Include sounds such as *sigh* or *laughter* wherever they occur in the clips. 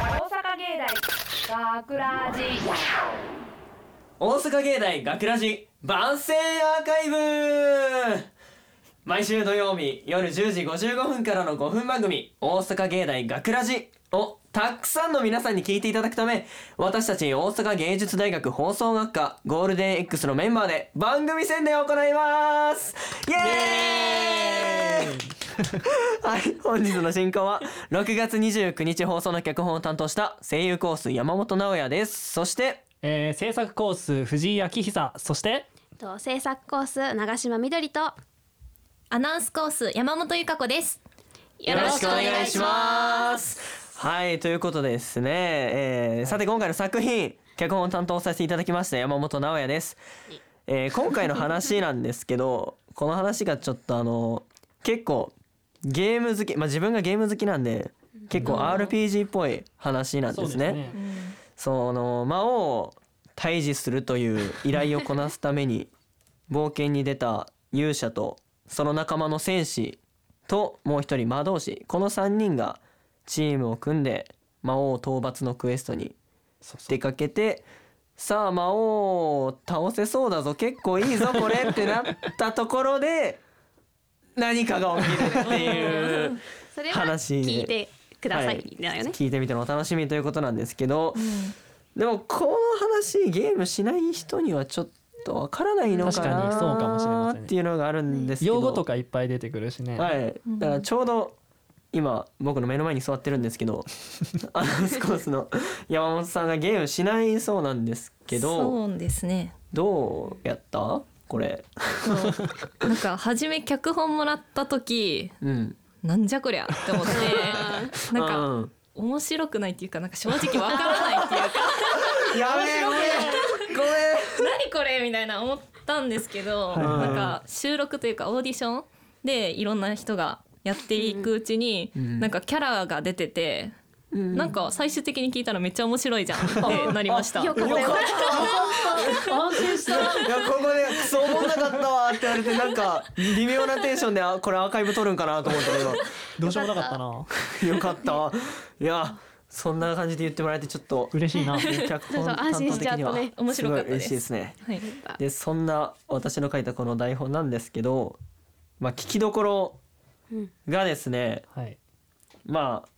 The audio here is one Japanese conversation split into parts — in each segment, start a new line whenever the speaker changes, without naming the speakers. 芸大学ラジ
大阪芸大学ラジ万世アーカイブ毎週土曜日夜10時55分からの5分番組「大阪芸大学ラジをたくさんの皆さんに聞いていただくため私たち大阪芸術大学放送学科ゴールデン X のメンバーで番組宣伝を行いますイエーイはい本日の進行は6月29日放送の脚本を担当した声優コース山本直哉ですそして
えー、制作コース藤井昭久そして
と制作コース長島みどりと
アナウンスコース山本由香子です。
よろしくお願いし
ます。はいということでですね、えーさて今回の作品脚本を担当させていただきました山本直哉です。えー今回の話なんですけど *laughs* この話がちょっとあの結構ゲーム好き、まあ、自分がゲーム好きなんで結構 RPG っぽい話なんですね。その魔王を退治するという依頼をこなすために冒険に出た勇者とその仲間の戦士ともう一人魔導士この3人がチームを組んで魔王討伐のクエストに
そうそう
出かけてさあ魔王を倒せそうだぞ結構いいぞこれってなったところで何かが起きるっていう。
それは
話で
聞いてくださいだよね
聞いてみてのお楽しみということなんですけど、でもこの話ゲームしない人にはちょっとわからないのか
確かにそうかもしれ
な
ま
っ
せんね
ていうのがあるんですけど
用語とかいっぱい出てくるしね、
はいだからちょうど今僕の目の前に座ってるんですけどアナウンスコースの山本さんがゲームしないそうなんですけど
そうですね。
どうやったこれ
なんか初め脚本もらった時、
うん
なんじゃこりゃって思って、なんか
うん
面白くないっていうか、なんか正直わからないっていうか、
やべえごめんごめん
何これみたいな思ったんですけど、
い
なんか収録というかオーディションでいろんな人がやっていくうちに、
ん
なんかキャラが出てて。
ん
なんか最終的に聞いたらめっちゃ面白いじゃんってなりました。
よかったよかっ
い
た
やここでクソおもんなかったわって言われてなんか微妙なテンションであこれアーカイブ撮るんかなと思った
どうしようもなかったな
けどよかったわいやそんな感じで言ってもらえてちょっと
嬉
*laughs*
しいな
脚本
そう
担
安心
当
し
的
ちゃった
には
ね
面
す
白
ご
か
い
ったで
嬉
す
しいですね
はい、
でそんな私の書いたこの台本なんですけどまあ聞きどころがですね
はい
まあ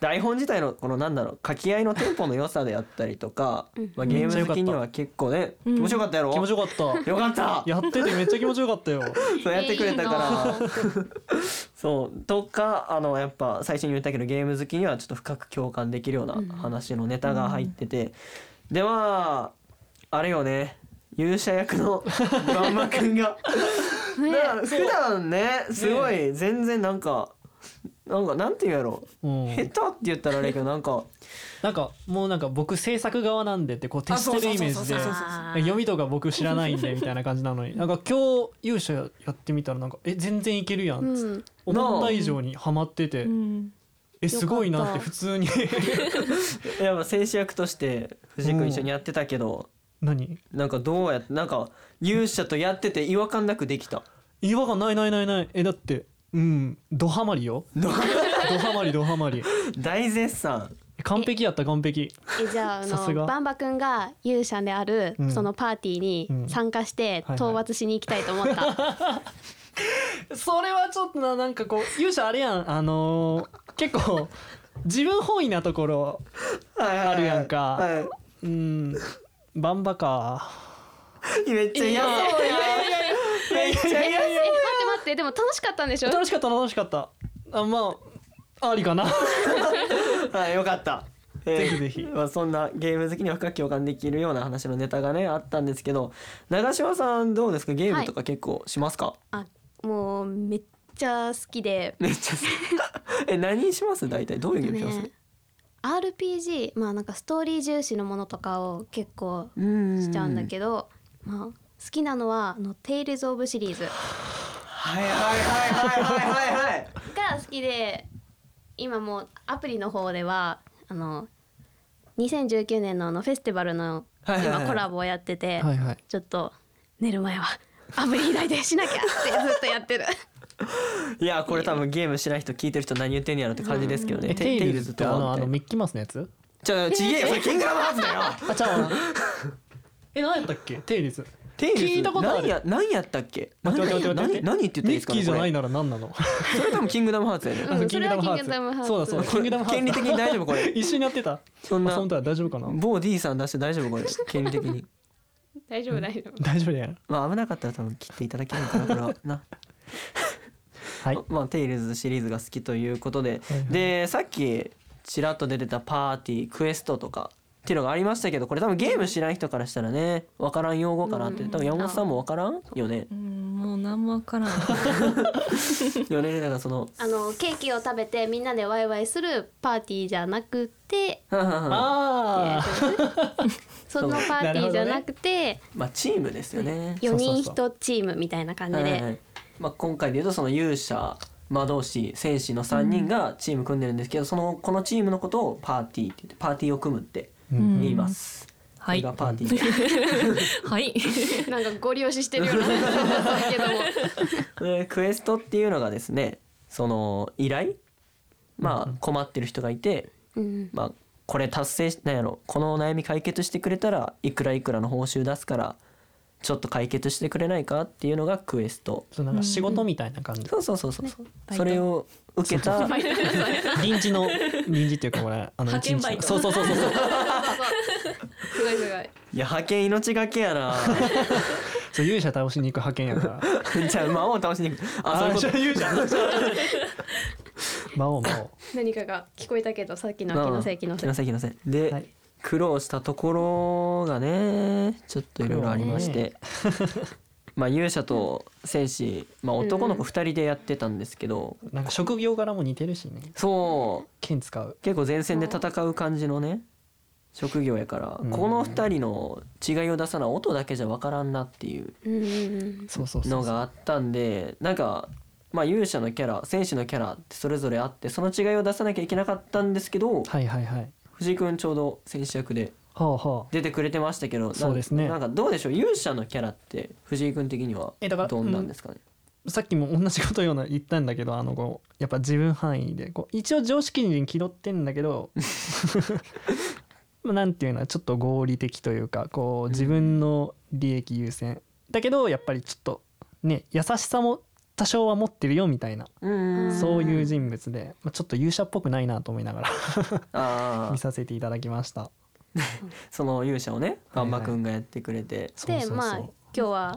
台本自体のこのなんだろう書き合いのテンポの良さであったりとか、まあ、ゲーム好きには結構ね気持ちよかったやろ、
気持ち
よ
よかった
かった
やっててめっちゃ気持ちよかったよ
そうやってくれたからそうとかあのやっぱ最初に言ったけどゲーム好きにはちょっと深く共感できるような話のネタが入ってて、ではあれよね勇者役 *laughs* のまんまくんがだから普段ねすごい全然なんかなんかなんて言うやろ
うん
下手って言ったらあれやけどなんか
なんかもうなんか僕制作側なんでってこう徹してるイメージで
あそうそうそうそうそう
あー
読みとか僕知らないんでみたいな感じなのになんか今日勇者やってみたらなんかえ全然いけるやんっつって、
うん
思った以上にハマってて、
うん
えすごいなって
よか
普通に *laughs*
やっぱ戦士役として藤井君一緒にやってたけど、
何
なんかどうやってなんか勇者とやってて違和感なくできた。
違和感ないないないないえだってうんドハマりよドハマりドハマり
大絶賛
完璧やった完璧
えじゃああ
さす
の
が
バンバ君が勇者である
うん
そのパーティーに参加して
うん
討伐しに行きたい *laughs* と思った、
それはちょっとななんかこう勇者あれやんあのー結構自分本位なところ
あ
あるやんかうんバンバか
めっちゃ嫌そうやめっちゃ嫌
え待って待ってでも楽しかったんでしょ
楽しかった楽しかったあまあありかな
はいよかったえー
ぜひぜひ
まあ、そんなゲーム好きには深く共感できるような話のネタがねあったんですけど長嶋さんどうですかゲームとか結構しますか、
*laughs*
あもうめっちゃ好きで
めっちゃ好きえ何します大体どういうゲームします、
ね RPG まあなんかストーリー重視のものとかを結構
うん
しちゃうんだけど、まあ好きなのはあのテイルズオブシリーズ
はいはいはいはいはい
*laughs*
はい
が好きで今もうアプリの方ではあの2019年のあのフェスティバルの
はいはいはい
今コラボをやってて、
はいはい
ちょっと寝る前はアプリ開いてしなきゃってずっとやっ
*laughs*
てる
いやこれ多分ゲームしない人聞いてる人何言ってんやろって感じですけどね、
えテイルズってあのあの
み
ミッキーマウスのやつ
ちょちげえよそれキングダムハーツだよ
あちゃうわ *laughs* え何やったっけ定律聞いたことある
何や何やったっけ何
待って待って待って待って
何何言って言ったらいいですか、
ミッキーじゃない
の
なら何なの
それ多分キングダムハーツやね
うん
キングダムハーツ
それはキングダムハーツ
そうだそうだキングダムハー
*laughs*
ツ
権利的に大丈夫これ
*laughs* 一緒にやってた
そん
まあ
な
本当は大丈夫かな *laughs*
某 D さん出して大丈夫これ権利的に
大丈夫大丈夫
大丈夫だよ
まあ危なかったら多分切っていただけるかなこれはな
はい
まあテイルズシリーズが好きということで
はいはい
でさっきちらっと出てたパーティークエストとかっていうのがありましたけどこれ多分ゲーム知らない人からしたらね分からん用語かなって多分山本さんも分からんよね
うんもう何もわからん
よねだからその
あのケーキを食べてみんなでワイワイするパーティーじゃなくて
*laughs* ああ
そのパーティーじゃなくて
まあチームですよね
4人
そうそ
1チームみたいな感じ
はいはいは
で
いまあ、今回でいうとその勇者魔導士戦士の3人がチーム組んでるんですけど、そのこのチームのことをパーティーって言ってパーティーを組むって
ん
言います。
はい
これがパーティー
はい
なんかご利用ししてるような感じだけども
でクエストっていうのがですねその依頼まあ困ってる人がいて、
うん
まあ、これ達成しなんやろこのお悩み解決してくれたらいくらいくらの報酬出すからちょっと解決してくれないかっていうのがクエスト。
そうなんか仕事みたいな感じ
そうそうそうそうそう、
バイト
それを受けた
臨時の臨時っていうかこれあの
*laughs* 派遣
一日の
バイト
そうそうそうそうそう
*laughs*
すごいすごい
いや派遣命がけや
*laughs*
な
そう勇者倒しに行く派遣やから
じゃあ魔王を倒しに行く *laughs* あそういうこと
勇者
*laughs*
魔王魔王
何かが聞こえたけどさっき
まあ
の気のせい気の
気
せい
のせい気のせいで、
はい
苦労したところがねちょっといろいろありまして、 *laughs* まあ勇者と戦士、まあ、男の子2人でやってたんですけど、
なんか職業柄も似てるしね
そう
剣使う
結構前線で戦う感じのね職業やから、
うん
この2人の違いを出さない音だけじゃ分からんなっていう
うんうん
そうそうそ
の
う
があったんでなんか、まあ、勇者のキャラ戦士のキャラってそれぞれあってその違いを出さなきゃいけなかったんですけど
はいはいはい
藤井君ちょうど戦士役で
はあはあ
出てくれてましたけどなん
そうですね
なんかどうでしょう勇者のキャラって藤井君的には
えだから
どんなんですかね、
さっきも同じことような言ったんだけどあのこうやっぱ自分範囲でこう一応常識人気取ってんだけど
*laughs*
まあなんていうのはちょっと合理的というかこう自分の利益優先だけどやっぱりちょっとね優しさも多少は持ってるよみたいな
うん
ん
そういう人物で、まあ、ちょっと勇者っぽくないなと思いながら
あ
*laughs* 見
あ
させていただきました。
その勇者をねガ
はい
ンマくんがやってくれて、
そう
で
そうそう
まあ今日は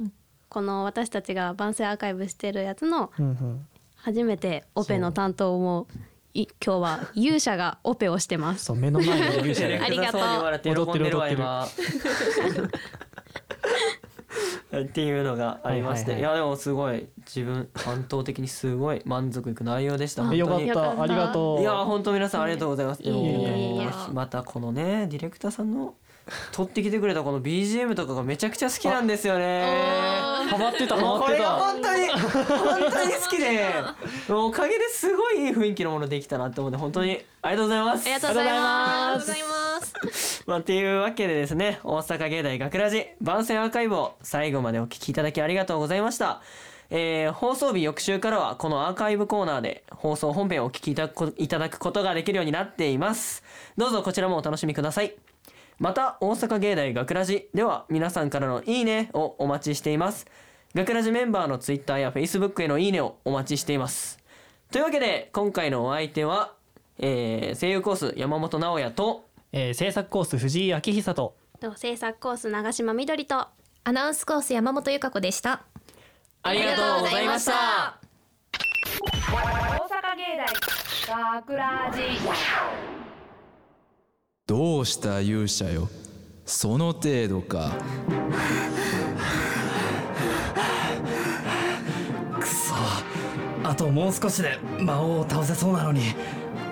この私たちが番宣アーカイブしてるやつの
うんうん、
初めてオペの担当もい今日は勇者がオペをしてます。
そう目の前に勇者
あ
が
りがとう
そう言われて喜んでるわ今 *laughs* っていうのがありまして、
はいいはい
やでもすごい自分担当的にすごい満足いく内容でした
*laughs* あ
本当
え
に
よかっ
よかった
たありがとう
いや本当皆さんありがとうございます。でも
いえいえいえ
またこのねディレクターさんの撮ってきてくれたこの BGM とかがめちゃくちゃ好きなんですよね。
ハマってたハ
もう
マっ
こ
て
れが
た
本当に本当に好きで、おかげですごいいい雰囲気のものできたなって思って本当にありがとうございます。
ありがとうございます。
まあ、というわけでですね大阪芸大学ラジ番宣アーカイブを最後までお聞きいただきありがとうございました、えー放送日翌週からはこのアーカイブコーナーで放送本編をお聞きいただくこいただくことができるようになっていますどうぞこちらもお楽しみくださいまた大阪芸大学ラジでは皆さんからの「いいね」をお待ちしています学ラジメンバーの Twitter や Facebook への「いいね」をお待ちしていますというわけで今回のお相手は、えー声優コース山本直哉と
えー、制作コース藤井明久と
と制作コース長島みどりと
アナウンスコース山本由香子でした
あり
がとうございました
大阪芸大学ラジ
どうした勇者よその程度か
くそあともう少しで魔王を倒せそうなのに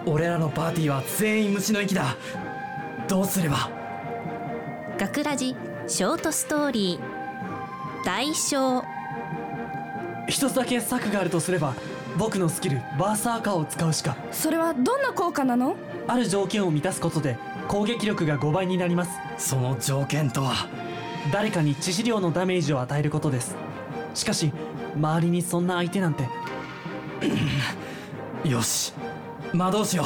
俺らのパーティーは全員虫の息だどうすれば
学ラジショートストーリー大賞
一つだけ策があるとすれば僕のスキルバーサーカーを使うしか
それはどんな効果なの
ある条件を満たすことで攻撃力が5倍になりますその条件とは誰かに致死量のダメージを与えることですしかし周りにそんな相手なんてよし魔導士よ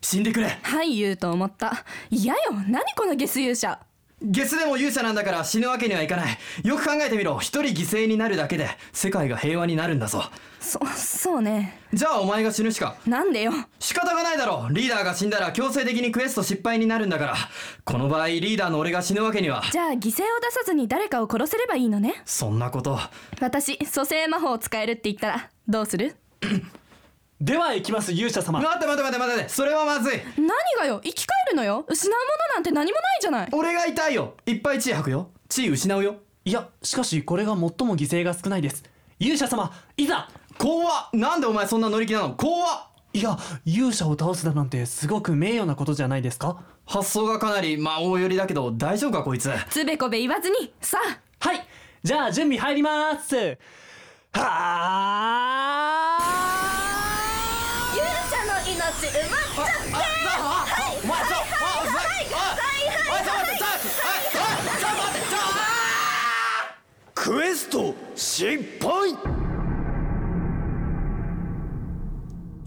死んでくれ
はい言うと思った嫌よ何このゲス勇者
ゲスでも勇者なんだから死ぬわけにはいかないよく考えてみろ一人犠牲になるだけで世界が平和になるんだぞ
そそうね
じゃあお前が死ぬしか
なんでよ
仕方がないだろリーダーが死んだら強制的にクエスト失敗になるんだからこの場合リーダーの俺が死ぬわけには
じゃあ犠牲を出さずに誰かを殺せればいいのね
そんなこと
私蘇生魔法を使えるって言ったらどうする
では行きます勇者様
待って待って待って待ってそれはまずい
何がよ生き返るのよ失うものなんて何もないじゃない
俺が痛いよいっぱい血吐くよ血失うよ
いやしかしこれが最も犠牲が少ないです勇者様いざ
怖っなんでお前そんな乗り気なの怖っ
いや勇者を倒すだなんてすごく名誉なことじゃないですか
発想がかなりまあ大寄りだけど大丈夫かこいつ
つべこべ言わずにさあ
はいじゃあ準備入りますはあ
勇者の命埋まっちゃって
お前ちょおいおいちょ待ってちょおいちょ待ってちょ
クエスト失敗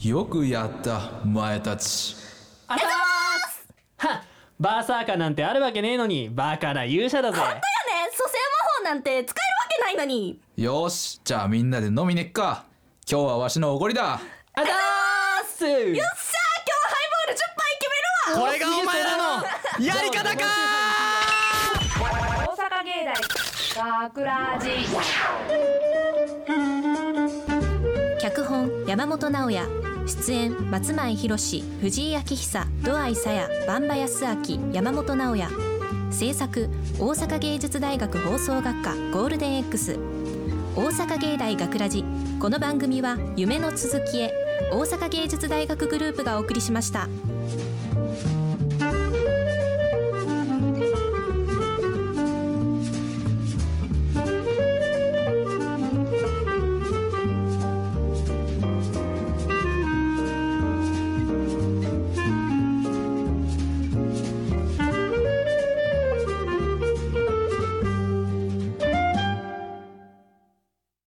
よくやったお前たち
あざますはっバーサーカーなんてあるわけねえのにバカな勇者だぜ
ね蘇生魔法なんて使えるわけないのに
よしじゃあみんなで飲みに行くか今日はわしのおごりだ
あざーすよ
さあ今日ハイボール10杯決めるわ
これがお前らのやり方か
大阪芸大学ラジ
脚本山本直哉出演松前博士藤井明久土合沙耶万馬康明山本直哉制作大阪芸術大学放送学科ゴールデン X 大阪芸大学ラジこの番組は夢の続きへ大阪芸術大学グループがお送りしました。